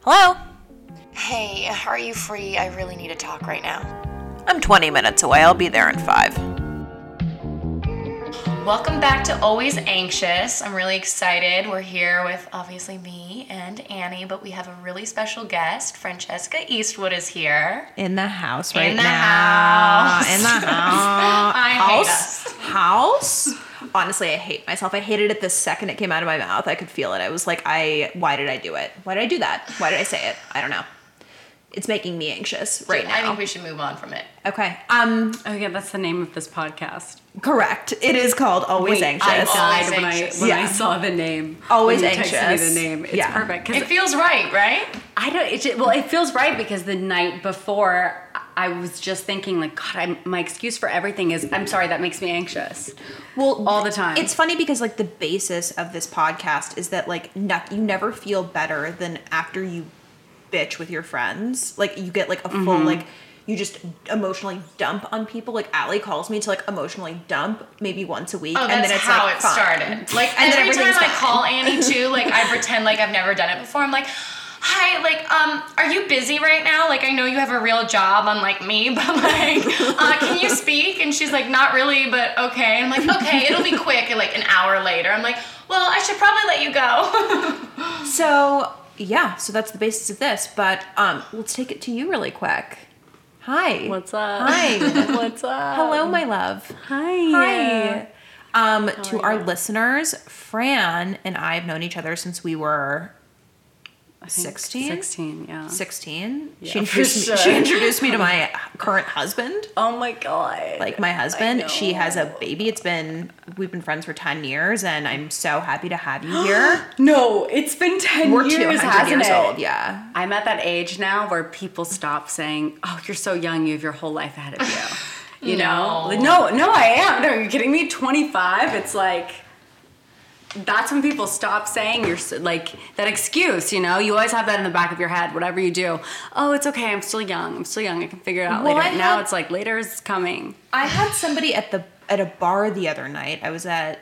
Hello? Hey, are you free? I really need to talk right now. I'm 20 minutes away. I'll be there in five. Welcome back to Always Anxious. I'm really excited. We're here with obviously me and Annie, but we have a really special guest. Francesca Eastwood is here. In the house right In the now. house. In the house. I hate house. House. Honestly, I hate myself. I hated it the second it came out of my mouth. I could feel it. I was like, I. Why did I do it? Why did I do that? Why did I say it? I don't know. It's making me anxious right I now. think we should move on from it. okay. Um. Oh yeah, that's the name of this podcast. Correct. It is called Always Wait, I Anxious. died Always when I anxious. when I Yeah. saw the name. Always when you Texted me anxious. the name. It's Yeah. perfect It because feels right, right? I don't. It just, well, it feels right because the night before. I was just thinking, like, God, I'm, my excuse for everything is, I'm sorry, that makes me anxious. well, all the time. It's funny because like the basis of this podcast is that like no, you never feel better than after you bitch with your friends. Like you get like a full Mm-hmm. like you just emotionally dump on people. Like Allie calls me to like emotionally dump maybe once a week, Oh, that's how like, it fine. started. Like and then every time everything's I fine. call Annie too, like I pretend like I've never done it before. I'm like, hi, like, um, are you busy right now? Like I know you have a real job, unlike me, but like, uh, can you speak? And she's like, not really, but okay. And I'm like, okay, it'll be quick. And like an hour later, I'm like, well, I should probably let you go. So yeah, so that's the basis of this. But um, let's take it to you really quick. Hi. What's up? Hi. What's up? Hello, my love. Hi. Hi. Um, to our listeners, Fran and I have known each other since we were I think 16? 16, yeah. 16. she, Yeah, for introduced me, sure. she introduced me to my current husband, Oh my God. like my husband. She has a know. baby. It's been, we've been friends for 10 years, and I'm so happy to have you here. No, it's been 10 We're years, 200 hasn't years it? old. Yeah. I'm at that age now where people stop saying, "Oh, you're so young. You have your whole life ahead of you." You know? Like, No, no, I am. No, are you kidding me? 25. It's like that's when people stop saying you're so, like that excuse. You know, you always have that in the back of your head. Whatever you do, oh, it's okay. I'm still young. I'm still young. I can figure it out Well, later. I now had- it's like later is coming. I had somebody at the at a bar the other night. I was at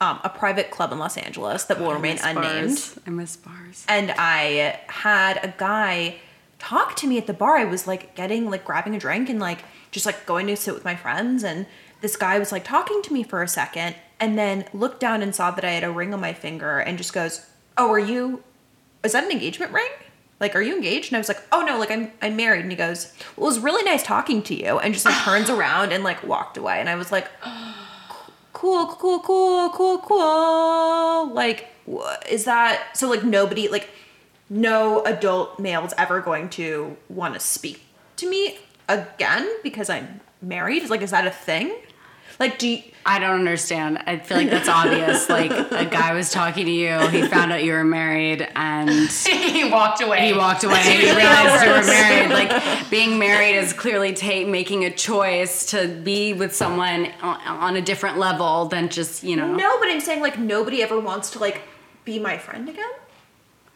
um, a private club in Los Angeles that will remain miss unnamed. Bars. I miss bars. and I had a guy talk to me at the bar. I was like getting like grabbing a drink and like just like going to sit with my friends and this guy was like talking to me for a second and then looked down and saw that I had a ring on my finger and just goes, "Oh, are you is that an engagement ring?" Like, are you engaged? And I was like, oh no, like I'm I'm married. And he goes, Well, it was really nice talking to you. And just like turns around and like walked away. And I was like, cool, cool, cool, cool, cool. Like, wha- is that so? Like, nobody, like, no adult male's ever going to want to speak to me again because I'm married. Like, is that a thing? Like, do you, I don't understand. I feel like that's obvious. like a guy was talking to you. He found out you were married and. he walked away. he walked away and he usually how it realized you were works. married. Like being married is clearly ta making a choice to be with someone on, on a different level than just you know. no, but I'm saying like nobody ever wants to like be my friend again.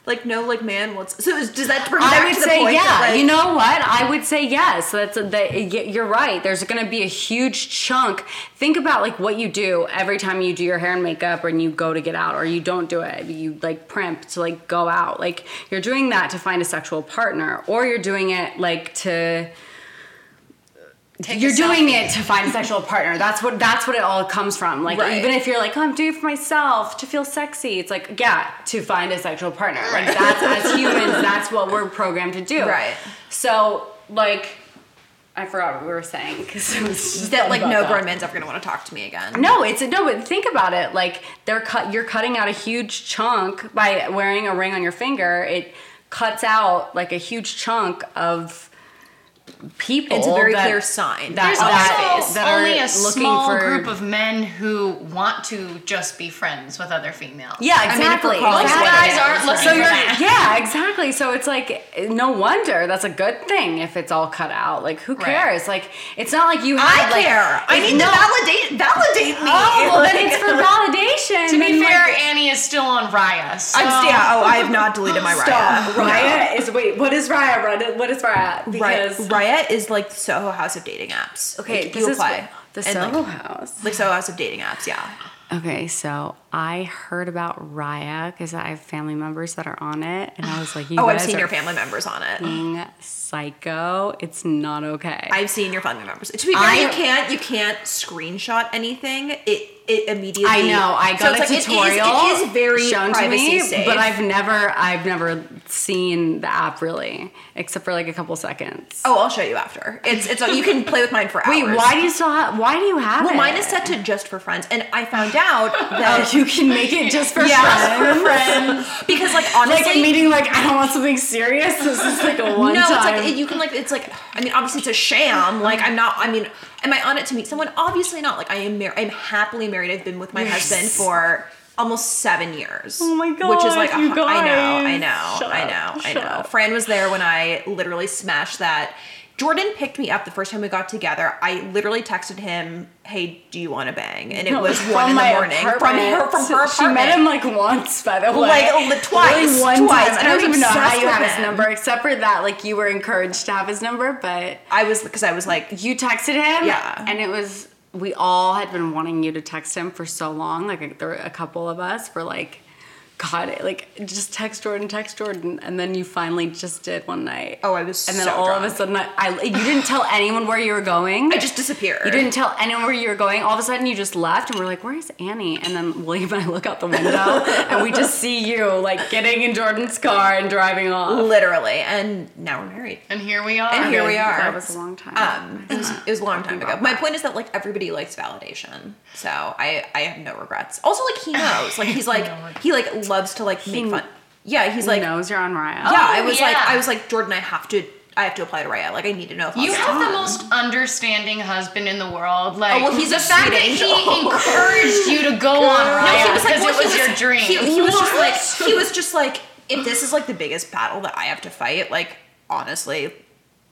Like, no, like, man wants. So is, does that bring back I would to the say point yeah. that, like, you know what? I would say yes. That's a, that. y- You're right. There's going to be a huge chunk. Think about like what you do every time you do your hair and makeup, and you go to get out, or you don't do it. You like primp to like go out. Like you're doing that to find a sexual partner, or you're doing it like to. Take a you're doing selfie. it to find a sexual partner. That's what that's what it all comes from. Like Right. even if you're like, oh, I'm doing it for myself to feel sexy. It's like yeah, to find a sexual partner. Like that's as humans, that's what we're programmed to do. Right. So like, I forgot what we were saying because it was just that like about no that. grown man's ever gonna want to talk to me again. No, it's no. But think about it. Like they're cut. You're cutting out a huge chunk by wearing a ring on your finger. It cuts out like a huge chunk of people. It's a very that- clear sign. That, There's that- also that are only a looking small for, group of men who want to just be friends with other females. Yeah, mean, if we're exactly. calling Most exactly. guys aren't looking so for you're, that. yeah, exactly. So it's like no wonder that's a good thing if it's all cut out. Like who cares? Like it's not like you I have like, care. I if- need to validate validate me. Oh, well, then Like- it's for validation. To be and, like, fair, Annie is still on Raya. So. I'm st- yeah, oh, I have not deleted my Stop. Raya. Raya is wait. What is Raya? Raya- What is Raya? Raya, Because Raya is like Soho House of dating apps. okay, like, this you is apply the and, Soho like, House. like Soho House of dating apps. Yeah, Okay, so I heard about Raya because I have family members that are on it, and I was like, "You Oh, I've guys seen are Mm. your family members on it. being psycho. It's not okay." I've seen your family members. To be fair, you I- can't you can't screenshot anything. It it immediately. I know. I so it's like, got a it is- tutorial. It is, very shown to privacy me, safe. but I've never, I've never seen the app really, except for like a couple seconds. Oh, I'll show you after. It's it's you can play with mine for hours. Wait, why do you still have? Why do you have Well, it? mine is set to just for friends, and I found out that Oh, you can make it just for yeah, fun. for friends. Because like honestly, Like a meeting, like I don't want something serious. This is like a one no, it's time. like it- you can like it's like I mean obviously it's a sham. Like I'm not. I mean, am I on it to meet someone? Obviously not. Like I am. Mar- I'm happily married. I've been with my husband for almost seven years. Oh my Which is God, like a you hu- I know. I guys. know. Shut I up, know. I shut know. up. Fran was there when I literally smashed that. Jordan picked me up the first time we got together. I literally texted him, "Hey, do you want to bang?" And it was From one in the my morning from apartment. her from her apartment. She met him like once, by the way. Like, li- Literally twice, one twice, Time. and I I don't was even know how obsessed you with have his him. number, except for that. Like you were encouraged to have his number, but I was because I was like, you texted him. Yeah. and it was we all had been wanting you to text him for so long. Like there were a couple of us were like. God, it, like just text Jordan, text Jordan, and then you finally just did one night. Oh, I was and then so all of a drunk. sudden, I, I you didn't tell anyone where you were going. I just disappeared. You didn't tell anyone where you were going. All of a sudden, you just left, and we're like, "Where is Annie?" And then William and I look out the window, and we just see you like getting in Jordan's car and driving off. literally, and now we're married. And here we are. And here we are. That was a long time. Um, it Uh, was, it was a long time ago. about My that. point is that like everybody likes validation, so I I have no regrets. Also, like he knows, like he's like he like loves to like make fun. Yeah, he's like He knows you're on Raya. yeah. Oh, I was like yeah. I was like Jordan, I have to I have to apply to Raya. Like I need to know if I'll You get have on. the most understanding husband in the world. Like, Oh, well, he's the a fact sweet that angel. he encouraged you to go on No, Raya he was like, because well, it was, he your dream. He, he was just like, he was just like, if this is like the biggest battle that I have to fight, like honestly,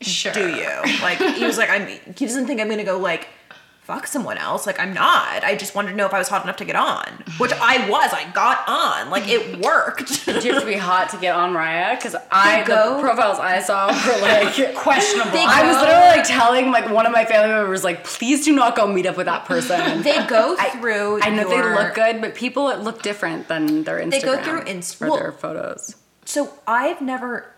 sure. do you? Like he was like, I'm. He doesn't think I'm gonna go like fuck someone else. Like I'm not. I just wanted to know if I was hot enough to get on, which I was. I got on. Like it worked. Do you have to be hot to get on Raya? Because I go- the profiles I saw were like questionable. They I was go- literally like telling like one of my family members like, "Please do not go meet up with that person." They go I- through. I, your- know they look good, but people look different than their Instagram. They go through Inst- or well- their photos. So I've never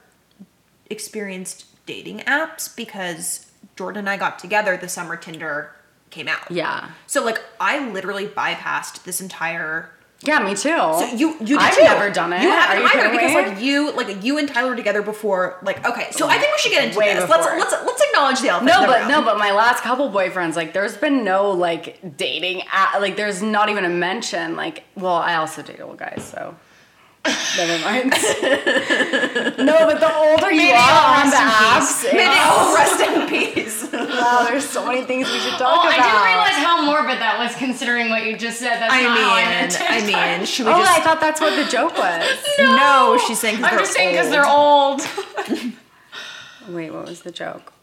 experienced dating apps because Jordan and I got together the summer Tinder came out. Yeah. So like I literally bypassed this entire Yeah, me too. you you did I've too. never done it. You Are haven't you either kidding because me? like you like you and Tyler were together before like okay. So I think we should get into Way this. before. Let's let's let's acknowledge the elephant. no, in the but room. no, but my last couple boyfriends, like, there's been no like dating. At, like, there's not even a mention. Like, well, I also date old guys, so never mind. no, but the older you Maybe are I'll on the rest apps, May it- they all rest in peace. wow, there's so many things we should talk Oh, I about. didn't realize how morbid that was considering what you just said. That's I not how I meant mean, to. I mean, should we Oh, I just? thought that's what the joke was. no. she's saying. I'm just saying because they're old. Wait, what was the joke?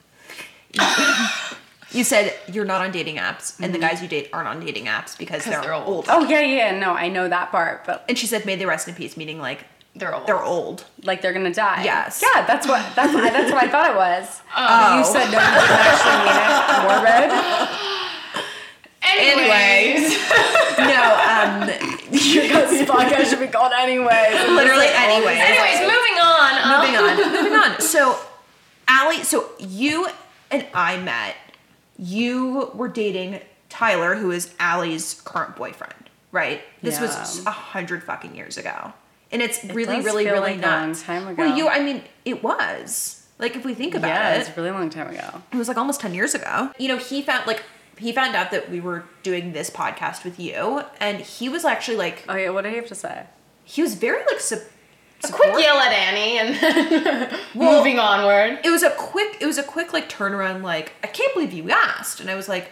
You said you're not on dating apps, and the guys you date aren't on dating apps Mm-hmm. because they're, they're old. old. Oh yeah, yeah, no, I know that part, but And she said, "May they rest in peace," meaning like They're old. they're old. like they're gonna die. Yes. Yeah, that's what that's I- that's what I thought it was. But you Oh. said no, you didn't actually mean it. Morbid. Anyways, No, um, Because podcast should be called anyway. literally. Anyway, anyways, moving on. um, moving on. moving on. So, Allie, so you and I met. You were dating Tyler, who is Allie's current boyfriend, right? This was Yeah. a hundred fucking years ago, and it's really, does really, feel really like a long nuts. time ago. Well, you. I mean, it was like if we think about Yeah, it, it's a really long time ago. it was like almost 10 years ago you know he found like he found out that we were doing this podcast with you and he was actually like Oh yeah, what did he have to say? he was very like sup- Quick supportive. yell at Annie and then moving onward. it was a quick it was a quick like turnaround like i can't believe you asked and i was like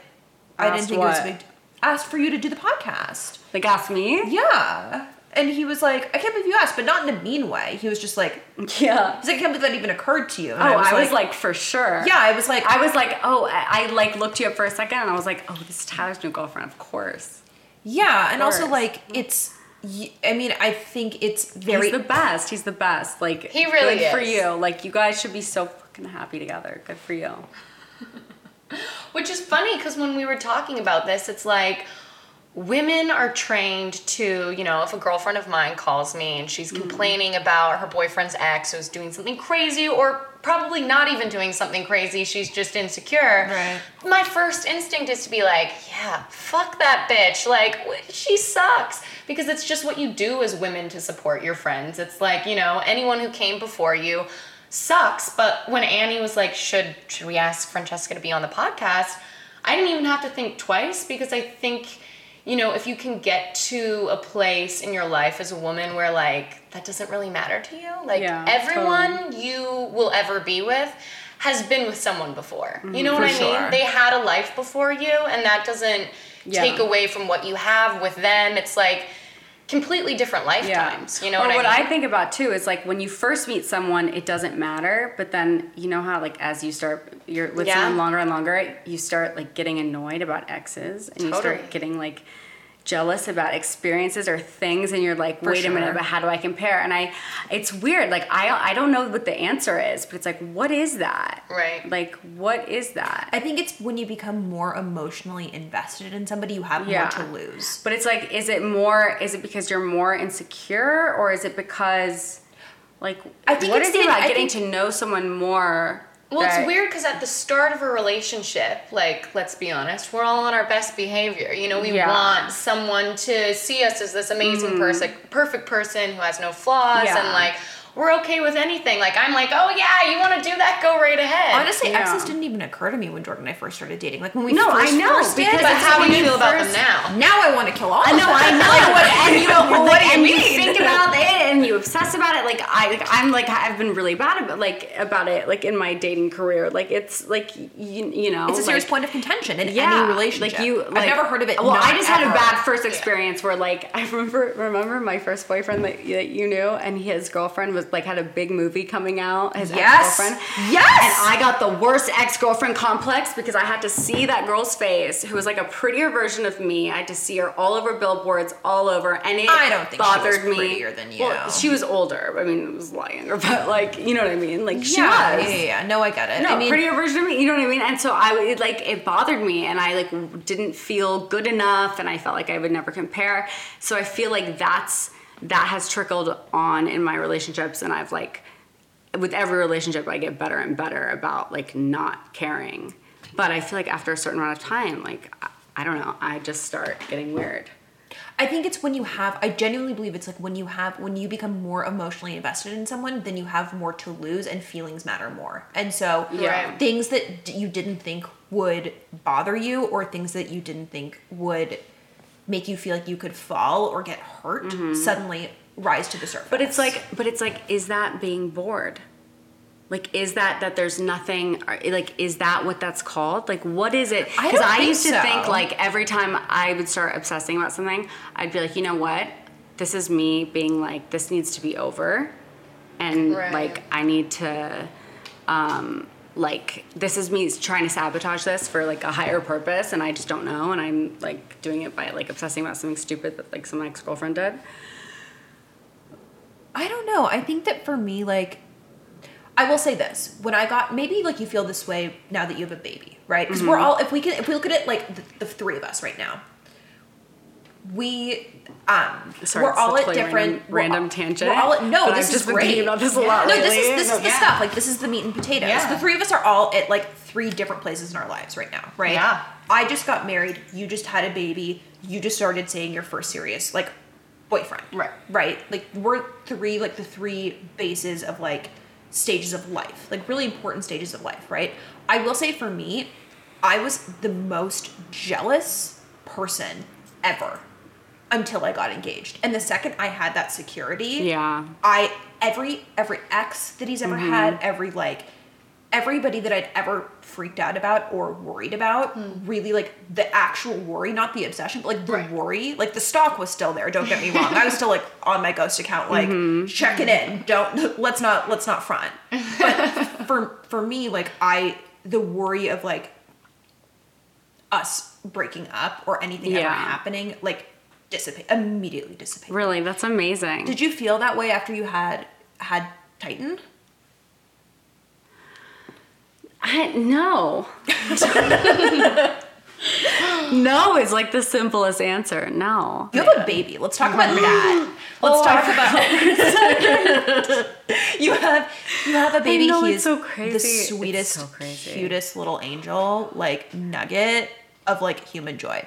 i didn't Asked think it was a what? big asked for you to do the podcast Like ask me? yeah and he was like i can't believe you asked but not in a mean way he was just like Yeah. he's like i can't believe that even occurred to you and Oh, I was, like, for sure. yeah i was like I was like, oh, I, I like looked you up for a second, and I was like, oh, this is Tyler's new girlfriend, of course. yeah and also course. like it's y- i mean i think it's very He's the best. He's the best. Like He really good for is. you. Like you guys should be so fucking happy together. Good for you. Which is funny because when we were talking about this, it's like, women are trained to, you know, if a girlfriend of mine calls me and she's complaining about her boyfriend's ex who's doing something crazy or probably not even doing something crazy, she's just insecure. Right. My first instinct is to be like, yeah, fuck that bitch. Like, wh- she sucks. Because it's just what you do as women to support your friends. It's like, you know, anyone who came before you sucks. But when Annie was like, should, should we ask Francesca to be on the podcast? I didn't even have to think twice because I think you know, if you can get to a place in your life as a woman where like that doesn't really matter to you, like Yeah, everyone you will ever be with has been with someone before. you Mm-hmm. know what I mean? sure. They had a life before you and that doesn't Yeah. take away from what you have with them. It's like completely different lifetimes. You know Or what, what I I, mean? think about too is like when you first meet someone, it doesn't matter. But then you know how like as you start you're with Yeah. someone longer and longer, you start like getting annoyed about exes, and you Totally. start getting like jealous about experiences or things, and you're like, wait a minute, sure. but how do I compare? And I, it's weird. Like I I don't know what the answer is, but it's like what is that? Right. Like what is that? I think it's when you become more emotionally invested in somebody, you have Yeah. more to lose. But it's like, is it more? Is it because you're more insecure, or is it because, like, I think what it's is it the- about I getting think- to know someone more? Well, that- it's weird because at the start of a relationship, like, let's be honest, we're all on our best behavior. You know, we Yeah. Mm-hmm. want someone to see us as this amazing person, perfect person who has no flaws, Yeah. and like, we're okay with anything. Like, I'm like, oh yeah, you want to do that? Go right ahead. Honestly, Yeah. exes didn't even occur to me when Jordan and I first started dating. Like when we No, I first, know, first dated, because but I was it's how when do you you feel about them first- now? like, now I want to kill all. I No, I know. Like, what, and you don't. don't. What do like, you and mean? you think about it, and you obsess about it. Like I, like, I'm like I've been really bad about like about it. Like in my dating career, like it's like you, you know, It's a serious Oh, like, point of contention in any relationship. Like you, like, I've never heard of it. Well, not I just had a ever. bad first experience where, like, I remember remember my first boyfriend that, that you knew, and his girlfriend was like had a big movie coming out. His Yes. ex-girlfriend. Yes. And I got the worst ex-girlfriend complex because I had to see that girl's face, who was like a prettier version of me. I had to see her all over billboards, all over, and it I don't think she was bothered me. prettier than you. Well, she was older. I mean, it was younger, but like, you know what I mean? Like, she Yeah, was yeah, yeah, yeah. No, I get it. no, I mean, prettier version of me. You know what I mean? And so I would- it, like it bothered me, and I like w- didn't feel good enough, and I felt like I would never compare. So I feel like that's that has trickled on in my relationships, and I've like with every relationship I get better and better about like not caring. But I feel like after a certain amount of time, like I, I don't know, I just start getting weird. I think it's when you have, I genuinely believe it's like when you have, when you become more emotionally invested in someone, then you have more to lose and feelings matter more. And so Yeah. Right. things that d- you didn't think would bother you or things that you didn't think would make you feel like you could fall or get hurt suddenly rise to the surface. Mm-hmm. But it's like, but it's like, is that being bored? Like, is that that there's nothing? or, Like, is that what that's called? Like, what is it? I Because don't I, think used to so. think like every time I would start obsessing about something, I'd be like, you know what? This is me being like, this needs to be over, and Right. like I need to, um, like this is me trying to sabotage this for like a higher purpose, and I just don't know, and I'm like doing it by like obsessing about something stupid that like some ex girlfriend did. I don't know. I think that for me, like, I will say this: when I got, maybe like you feel this way now that you have a baby, right? Because Mm-hmm. we're all, if we can, if we look at it like the, the three of us right now, we, um, Sorry, we're it's all such at like different random- we're all- random tangent, We're all at, no, this but I've is just been great. thinking about this a lot No, this lately. is this is the Yeah. stuff. Like this is the meat and potatoes. Yeah. The three of us are all at like three different places in our lives right now, right? Yeah. I just got married. You just had a baby. You just started saying your first serious like boyfriend. Right. Right. Like we're three like the three bases of like stages of life. Like really important stages of life, right? I will say for me, I was the most jealous person ever until I got engaged. And the second I had that security, Yeah. Um, I every every ex that he's ever had, every like everybody that I'd ever freaked out about or worried about, really like the actual worry, not the obsession, but like the Right. worry, like the stock was still there. Don't get me wrong, I was still like on my ghost account, like check it in. Don't let's not let's not front. But for for me, like I the worry of like us breaking up or anything ever Yeah. happening, like dissipate immediately dissipate. Really, that's amazing. Did you feel that way after you had had Titan? I no. no is like the simplest answer. No. You have a baby. Let's talk about that. Let's talk about you have you have a baby. know, He it's is so crazy. the It's so sweetest, crazy. cutest little angel, like nugget of like human joy.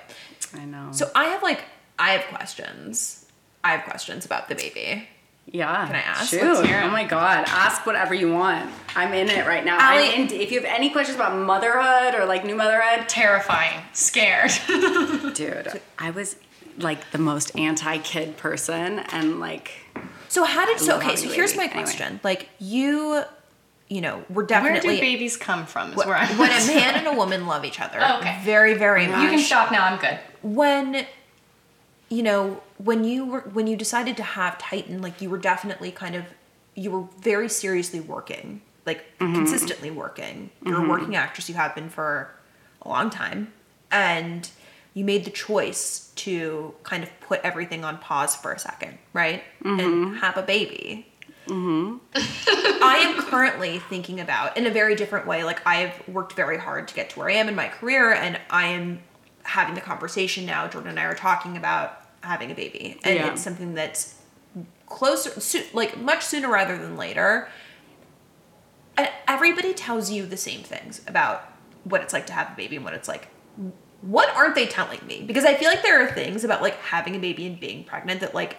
I know. So I have like I have questions. I have questions about the baby. yeah. Can I ask? Shoot. Let's Oh my God. Ask whatever you want. I'm in it right now. Allie- I'm in, if you have any questions about motherhood or like new motherhood, Terrifying. Scared. Dude, I was like the most anti kid person, and like, So how did so love okay? having So a here's baby. my Anyway. question. Like you, you know, we're Where do definitely babies come from? Is when where a I'm. man and a woman love each other. Okay. Very very much. you can stop now. I'm good. when you know when you were when you decided to have titan like you were definitely kind of you were very seriously working like consistently working you're a working actress you have been for a long time and you made the choice to kind of put everything on pause for a second right and have a baby I am currently thinking about in a very different way. Like I've worked very hard to get to where I am in my career, and I am having the conversation now. Jordan and I are talking about having a baby, and Yeah. it's something that's closer, so, like much sooner rather than later. And everybody tells you the same things about what it's like to have a baby and what it's like. What aren't they telling me? Because I feel like there are things about like having a baby and being pregnant that like,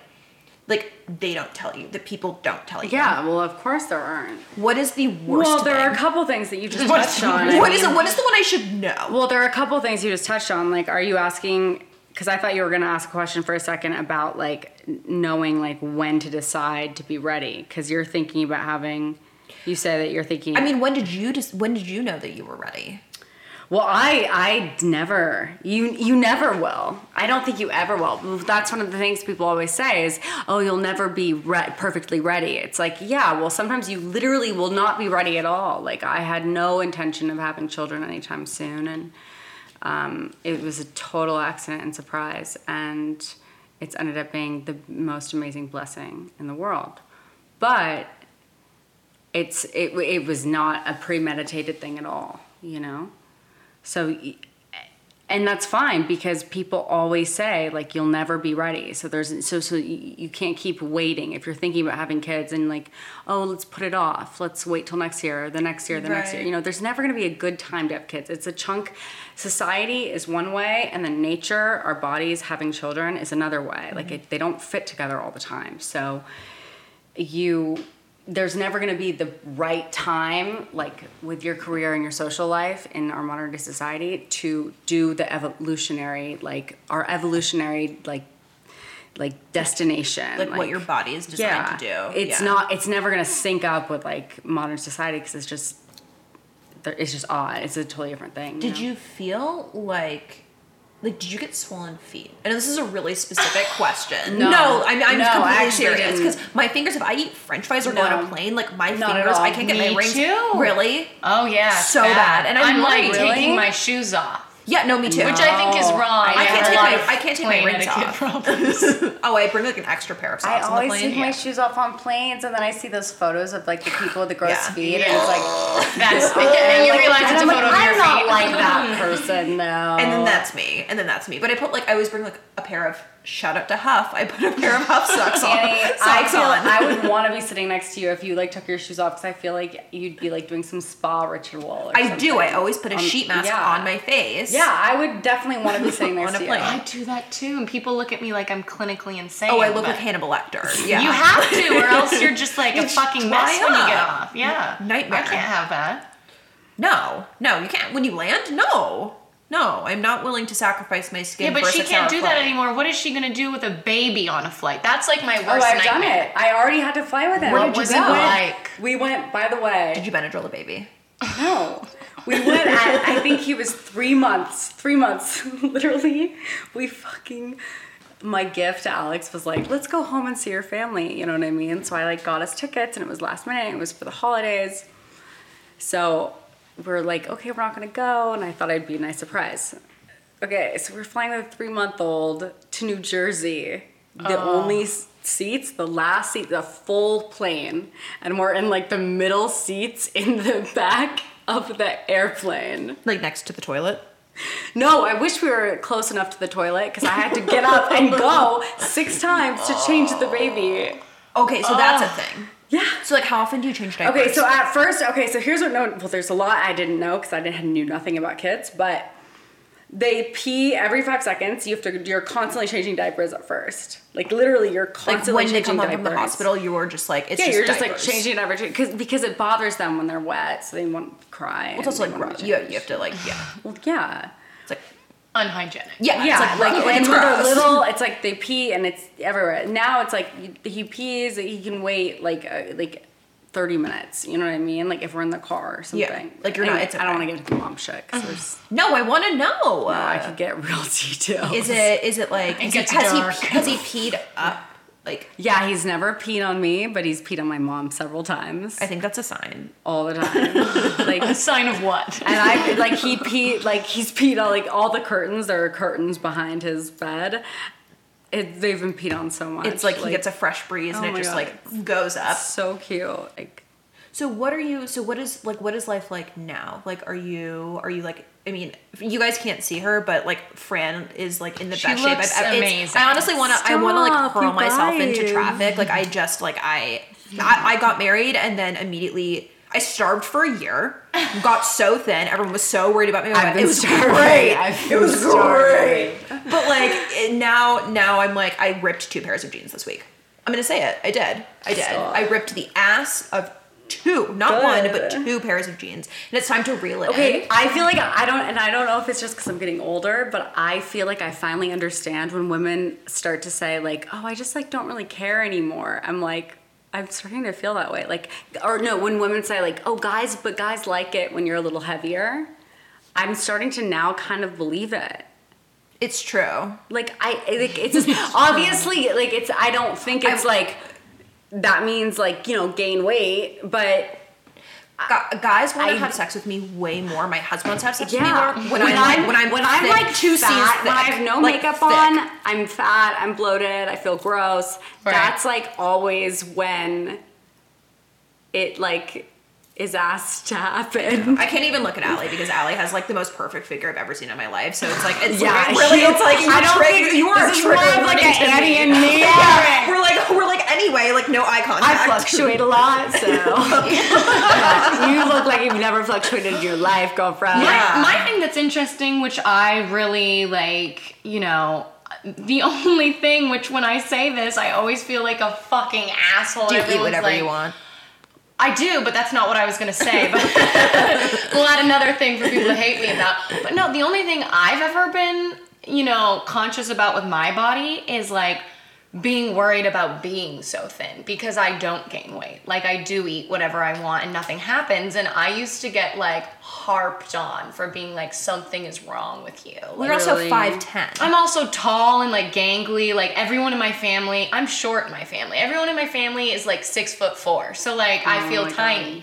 like they don't tell you that people don't tell you. yeah, well, of course there aren't. What is the worst? Well, there thing? are a couple things that you just What's- touched on. I What mean- is what is the one I should know? Well, there are a couple things you just touched on. Like, are you asking? Because I thought you were going to ask a question for a second about like n- knowing like when to decide to be ready. Because you're thinking about having. You say that you're thinking. I mean, when did you just when did you know that you were ready? Well, I I never you you never will. I don't think you ever will. That's one of the things people always say is, "Oh, you'll never be re- perfectly ready." It's like, yeah, well, sometimes you literally will not be ready at all. Like I had no intention of having children anytime soon, and um, it was a total accident and surprise, and it's ended up being the most amazing blessing in the world. But it's it it was not a premeditated thing at all, you know. So, y- and that's fine because people always say like you'll never be ready. So there's so so you you can't keep waiting if you're thinking about having kids and like oh let's put it off, let's wait till next year, or the next year, the next year. Right. You know, there's never going to be a good time to have kids. It's a chunk. Society is one way, and then nature, our bodies having children is another way. Like it, they don't fit together all the time. So you there's never going to be the right time like with your career and your social life in our modern day society to do the evolutionary like our evolutionary like like destination Like, what your body is designed to do. it's Yeah. not it's never going to sync up with like modern society because it's just there- it's just odd it's a totally different thing Did you feel like like did you get swollen feet? I know this is a really specific question. No. I'm, I'm No, completely I actually serious didn't. because my fingers. If I eat French fries or go on a No. plane, like my Not at fingers, all. I can't get Me my rings. too. Really? Oh yeah. it's So bad. And I'm I'm like really- taking my shoes off, Yeah. No, me too. which I think is No. wrong. I can't have a take lot my- of I can't take my plain rings etiquette off. problems. oh, I bring like an extra pair of I socks on the always plane. take my shoes off on planes, and then I see those photos of like the people with the gross Yeah. feet, and it's like, That's and you realize and it's a I'm like, photo of your I'm not feet. like that person though. And then that's me. And then that's me. But I put like I always bring like a pair of shout out to Huff. I put a pair of Huff socks on. Danny, I socks feel on. I would want to be sitting next to you if you like took your shoes off because I feel like you'd be like doing some spa ritual. Or I do. I something. always put a Um, sheet mask yeah. on my face. Yeah, I would definitely want to be sitting On next a to you. Oh, plane. I do that too, and people look at me like I'm clinically insane. Oh, I look but- like Hannibal Lecter. Yeah. You have to, or else you're just like a It's fucking mess when you get trial. off. Yeah. Nightmare. I can't have that. No. No, you can't. When you land, no. No, I'm not willing to sacrifice my skin. Yeah, but for a she six-hour can't do that flight. anymore. What is she gonna do with a baby on a flight? That's like my Oh, worst I've done nightmare. it. I already had to fly with him. Where did you We go? went- Like- We went. By the way, Did you Benadryl the baby? No. We went at, I think he was three months. Three months. Literally. We fucking my gift to Alex was like, let's go home and see your family. You know what I mean? So I like got us tickets and it was last minute. It was for the holidays. So we're like, okay, we're not gonna go. And I thought I'd be a nice surprise. Okay, so we're flying with a three month old to New Jersey. The only s- seats, the last seat, the full plane. And we're in like the middle seats in the back of the airplane. Like next to the toilet? No, I wish we were close enough to the toilet because I had to get up and go six times to change the baby. Okay, so that's a thing. Yeah. So like, how often do you change diapers? Okay, so at first, okay, so here's what no. Well, there's a lot I didn't know because I didn't knew nothing about kids, but they pee every five seconds. You have to. You're constantly changing diapers at first. Like literally, you're like constantly when they changing come home diapers. from the hospital, you're just like it's Yeah, just you're just diapers. like changing diaper because because it bothers them when they're wet, so they won't cry. It's also like gross. You, yeah, you have to like yeah, well, yeah, it's like Unhygienic. yeah, yeah. It's like, like, and it's when they're gross. little, it's like they pee and it's everywhere. Now it's like you- he pees, he can wait like uh, like thirty minutes. You know what I mean? Like if we're in the car or Yeah, something. like you're not- Anyway, it's I don't okay. want to get into mom shit because No, I want to know. I could get real details. Uh, Is it is it like is he- gets has dark. he has he peed up? Like Yeah, he's never peed on me, but he's peed on my mom several times, I think that's a sign. all the time. like A sign of what? And I like he peed like he's peed on like all the curtains. There are curtains behind his bed. It, they've been peed on so much. It's like, he gets a fresh breeze and Oh it my just God. like goes up. so cute. Like So what are you? So what is like? What is life like now? Like, are you? Are you like? I mean, you guys can't see her, but like Fran is like in the She best shape looks I've ever. It's, amazing. I honestly want to. I want to like Stop, hurl you myself into guys. traffic. Like I just like I, I I got married and then immediately I starved for a year. Got so thin. Everyone was so worried about me. been it was starving. great. I've it been was starving. great. But like it- now, now I'm like I ripped two pairs of jeans this week. I'm gonna say it. I did. I did. Stop. I ripped the ass of two, not one, but Good. two pairs of jeans, and it's time to reel it okay, in. I feel like I don't, and I don't know if it's just because I'm getting older, but I feel like I finally understand when women start to say like, "Oh, I just like don't really care anymore." I'm like. I'm starting to feel that way. Like, or no, when women say, like, oh, guys, but guys like it when you're a little heavier, I'm starting to now kind of believe it. It's true. Like I, like, it's just, obviously like it's. I don't think it's like that means like you know gain weight, but Gu- guys want I- to have sex with me way more. My husband wants to have sex yeah. with me more when, I'm, like when I'm when I'm thick, like two C's fat, when I thick, have no like, makeup thick. on, I'm fat, I'm bloated, I feel gross. Right. That's like always when it like is asked to happen. I can't even look at Allie because Allie has like the most perfect figure I've ever seen in my life. So it's like it's Yeah, like, really she- it's like you I don't trigger- think- you are this is more of, triggering like, an to me. Annie and me. yeah, we're like we're like anyway like no eye contact. I fluctuate a lot, so But you look like you've never fluctuated in your life, girlfriend. Yeah. My thing that's interesting, which I really like, you know, the only thing which when I say this, I always feel like a fucking asshole. Do you eat Everyone's whatever like, you want? I do, but that's not what I was gonna say. But we'll add another thing for people to hate me about. But no, the only thing I've ever been, you know, conscious about with my body is like being worried about being so thin because I don't gain weight. Like I do eat whatever I want and nothing happens. And I used to get like harped on for being like something is wrong with you. Like, You're also Really? five ten. I'm also tall and like gangly. Like everyone in my family, I'm short in my family. Everyone in my family is like six foot four. So like I feel Oh my God. tiny.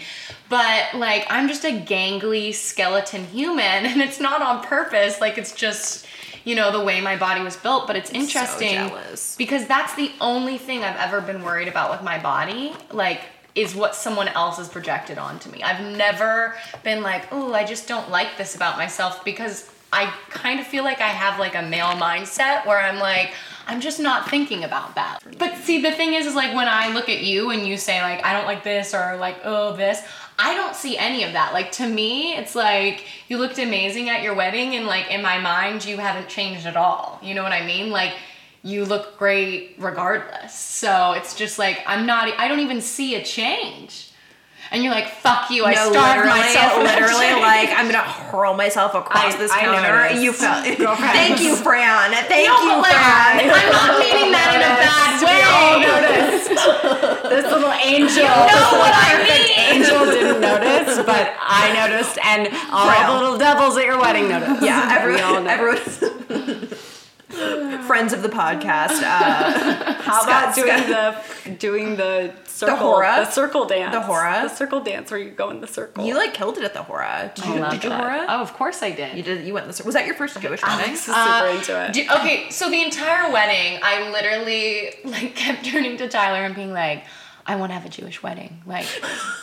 But like I'm just a gangly skeleton human and it's not on purpose. Like it's just, you know, the way my body was built. But it's interesting jealous. because that's the only thing I've ever been worried about with my body. Like is what someone else has projected onto me. I've never been like, oh, I just don't like this about myself because I kind of feel like I have like a male mindset where I'm like, I'm just not thinking about that. But see, the thing is, is like when I look at you and you say like, I don't like this or like, oh, this, I don't see any of that. Like to me, it's like you looked amazing at your wedding and like in my mind, you haven't changed at all. You know what I mean? Like you look great regardless. So it's just like, I'm not, I don't even see a change. And you're like, fuck you, I no, starved literally, myself. for that literally, change. like I'm gonna hurl myself across I- this I know counter. this. You felt, Girlfriends. Thank you, Fran. Thank No, you, but, like, Fran. I'm not meaning that in a bad way. noticed. Oh, this little angel, this little what I perfect mean. angel didn't notice, but I noticed, and all Real. the little devils at your wedding noticed. Yeah, We everyone, all know. everyone. Friends of the podcast, uh, How Scott- about doing the doing the circle, hora? circle dance, The hora? the circle dance where you go in the circle. you like killed it at the hora. Did you, Love did you that. hora? Oh, of course I did. You did. You went. This, was that your first Jewish I'm wedding? super into it. Do- okay, so the entire wedding, I literally like kept turning to Tyler and being like, I want to have a Jewish wedding. Like,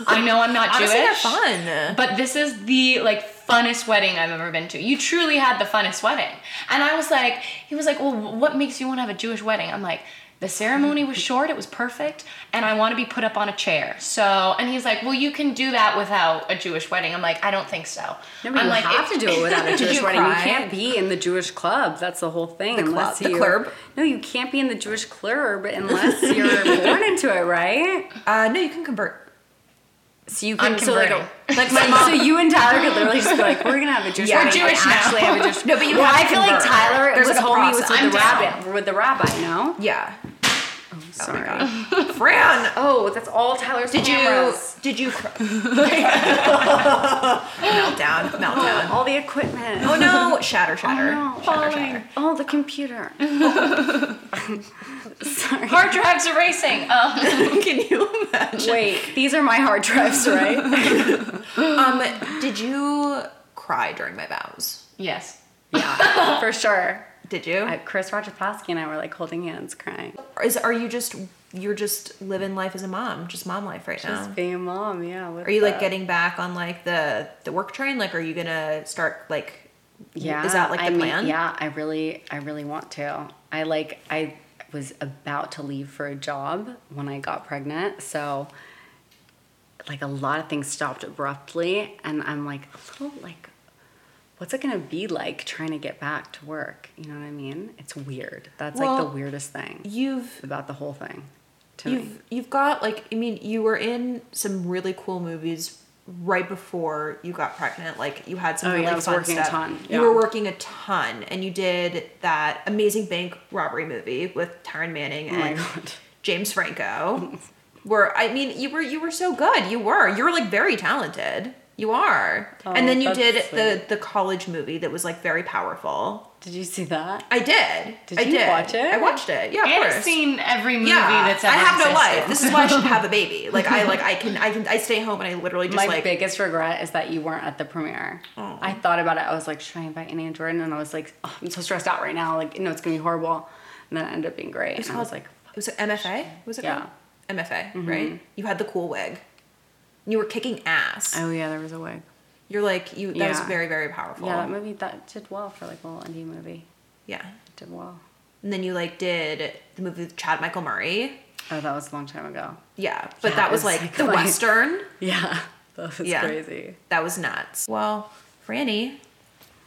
I know I'm not Honestly, they're Jewish. fun. But this is the like funnest wedding I've ever been to. You truly had the funnest wedding. And I was like, he was like, well, wh- what makes you want to have a Jewish wedding? I'm like, the ceremony was short, it was perfect, and I want to be put up on a chair. So, and he's like, well, you can do that without a Jewish wedding. I'm like, I don't think so. No, but I'm you like, have "If- to do it without a Jewish you wedding. You cry? can't be in the Jewish club. That's the whole thing. The unless club- the you, club. No, you can't be in the Jewish club unless you're born into it, right? Uh, no, you can convert. So you I'm can so like, converting. a- like my mom. So you and Tyler could literally just be like, we're gonna have a Jewish. Yeah. wedding, We're but Jewish now. Actually, have a Jewish. No, but you Well, have I to feel like convert. Tyler There's was like a told me was with process. the I'm down. rabbi. With the rabbi, no. Yeah. Oh Sorry. Fran, Oh, that's all Tyler's did you cameras. did you cr- meltdown meltdown? All the equipment. Oh no! Shatter, shatter, no. shatter, shatter. Oh, the computer. Sorry. Hard drives are racing. Um, Can you imagine? Wait, these are my hard drives, right? Um, did you cry during my vows? yes. yeah, for sure. Did you? Uh, Chris Rochaplowski and I were like holding hands, crying. Is are you just you're just living life as a mom, just mom life right now? Just being a mom, yeah. what's Are you like up? getting back on like the the work train? Like, are you gonna start like? Yeah. Is that like the I mean, plan? Yeah, I really, I really want to. I like, I was about to leave for a job when I got pregnant, so like a lot of things stopped abruptly, and I'm like a little like, what's it gonna be like trying to get back to work? You know what I mean? It's weird. That's like Well, the weirdest thing You've about the whole thing. To me. you've you've got like I mean you were in some really cool movies right before you got pregnant. Like you had some Oh, yeah, really I was fun working a stuff. ton, yeah. You were working a ton, and you did that amazing bank robbery movie with Taryn Manning Oh my and God. James Franco. where I mean you were you were so good. You were you were like very talented. You are. and then you Oh, that's did sweet. the the college movie that was like very powerful. Did you see that? I did. Did I you watch it? I watched it. Yeah, of And I've course. seen every movie Yeah, that's ever I have no existed. life. This is why I should have a baby. Like I like I can I can I stay home and I literally just my like biggest regret is that you weren't at the premiere. I thought about it. I was like, should I invite Annie and Jordan? And I was like, oh, I'm so stressed out right now. Like, no, it's gonna be horrible. And then it ended up being great. it's and I was called- like, it was MFA. Was it? Yeah. Mm-hmm. called? MFA. Right. You had the cool wig. You were kicking ass. oh yeah, there was a wig. You're like you. That was Yeah. very very powerful. Yeah, that movie that did well for like a little indie movie. Yeah. It did well. And then you like did the movie with Chad Michael Murray. Oh, that was a long time ago. Yeah, but Yeah, that it was was like like- the like- western. Yeah, that was yeah, crazy. That was nuts. Well, Franny,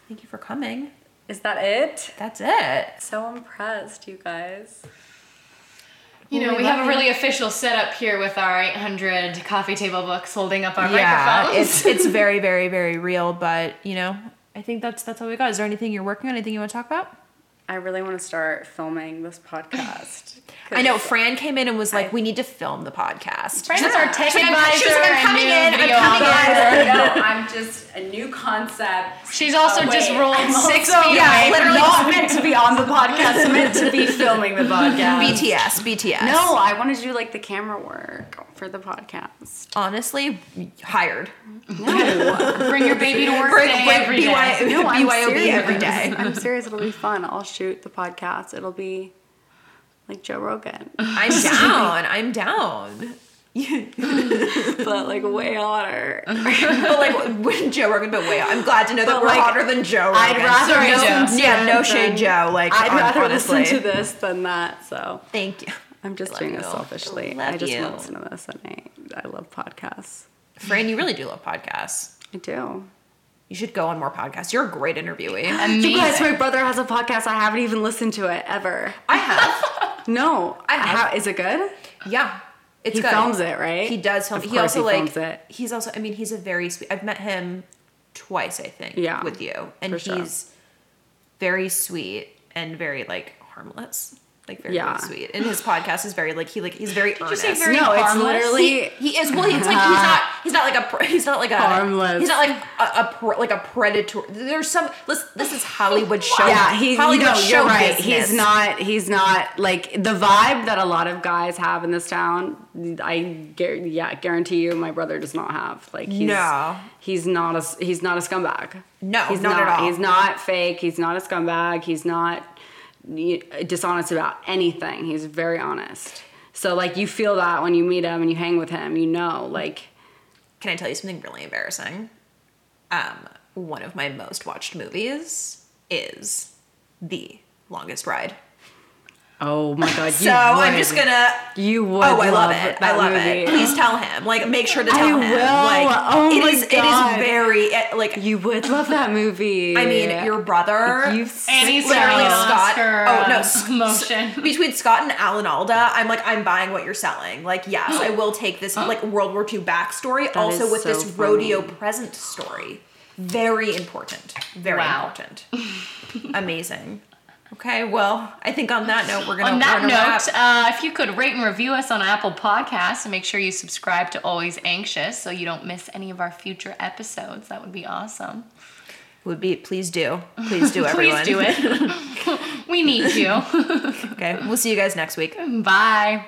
thank you for coming. Is that it? That's it. So impressed, you guys. You know, Well, we we have love a you. really official setup here with our 800 coffee table books holding up our yeah, microphones. it's it's very very very real. But you know, I think that's that's all we got. Is there anything you're working on? Anything you want to talk about? I really want to start filming this podcast. I know Fran came in and was like, "We need to film the podcast." Fran is our tech She was like, advisor. she was like, "I'm and coming new in, I'm video coming in." author. Guys, no, I'm just a new concept. She's also Oh, just wait. rolled I'm six also- feet yeah, away. literally- from- not meant to be on the podcast. Meant to be filming the podcast. BTS, BTS. No, I want to do like the camera work for the podcast. honestly, hired. Bring your baby to work Bring- day bring every day. BY No, I'm BYOB serious. every day. I'm serious. It'll be fun. I'll shoot the podcast. It'll be like Joe Rogan, I'm down. I'm down. but like way hotter. but like when Joe Rogan, but wait, I'm glad to know that But, we're like, hotter than Joe Rogan. I'd rather Sorry, listen Joe. to Yeah, it no shade, than- Joe. Like, I'd hon- rather honestly. listen to this than that. So Thank you. I'm just I love doing this you. selfishly. Love I just you. want to listen to this, and I I love podcasts. Fran, you really do love podcasts. I do. You should go on more podcasts. You're a great interviewee. Amazing. You guys, my brother has a podcast. I haven't even listened to it ever. I have. No, I have. How, is it good? Yeah, it's He good. films it, right? He does film. Of He course also he like films it. he's also. I mean, he's a very sweet. I've met him twice, I think. Yeah, with you, and for sure. he's very sweet and very like harmless, like very, Yeah. very sweet. And his podcast is very like he like he's very Did you earnest. say very no, it's harmless? literally. he, he is well. He's like he's not. He's not like a. pre- He's not like a. Harmless. He's not like a, a pre- like a predator. There's some. Listen, this is Hollywood show. yeah, he's you Hollywood know, you're right. business. He's not. He's not like the vibe that a lot of guys have in this town. I guar- yeah, guarantee you, my brother does not have. Like he's No. he's not a s- he's not a scumbag. No, he's not at all. He's not fake. He's not a scumbag. He's not y- dishonest about anything. He's very honest. So like you feel that when you meet him and you hang with him, you know, like Can I tell you something really embarrassing? Um, one of my most watched movies is The Longest Ride. oh my god, you So I'm would- just gonna. you would oh, I love, it. I that love it. movie. Please tell him. Like, make sure to tell I him. will. Like, Oh it my is- God. It is very it- like. You would love that movie. I mean, your brother. You've And he's literally Sorry, Scott. Oscar, oh no, uh, S- motion. S- between Scott and Alan Alda, I'm like, I'm buying what you're selling. Like, yes, I will take this like World War II backstory, also is with so this funny. rodeo present story. Very important. Very Wow. important. Amazing. Okay, well, I think on that note, we're gonna. On that we're gonna wrap. note, uh, if you could rate and review us on Apple Podcasts and make sure you subscribe to Always Anxious so you don't miss any of our future episodes, that would be awesome. would be please do, please do, everyone. Please do it. we need you. Okay, we'll see you guys next week. Bye.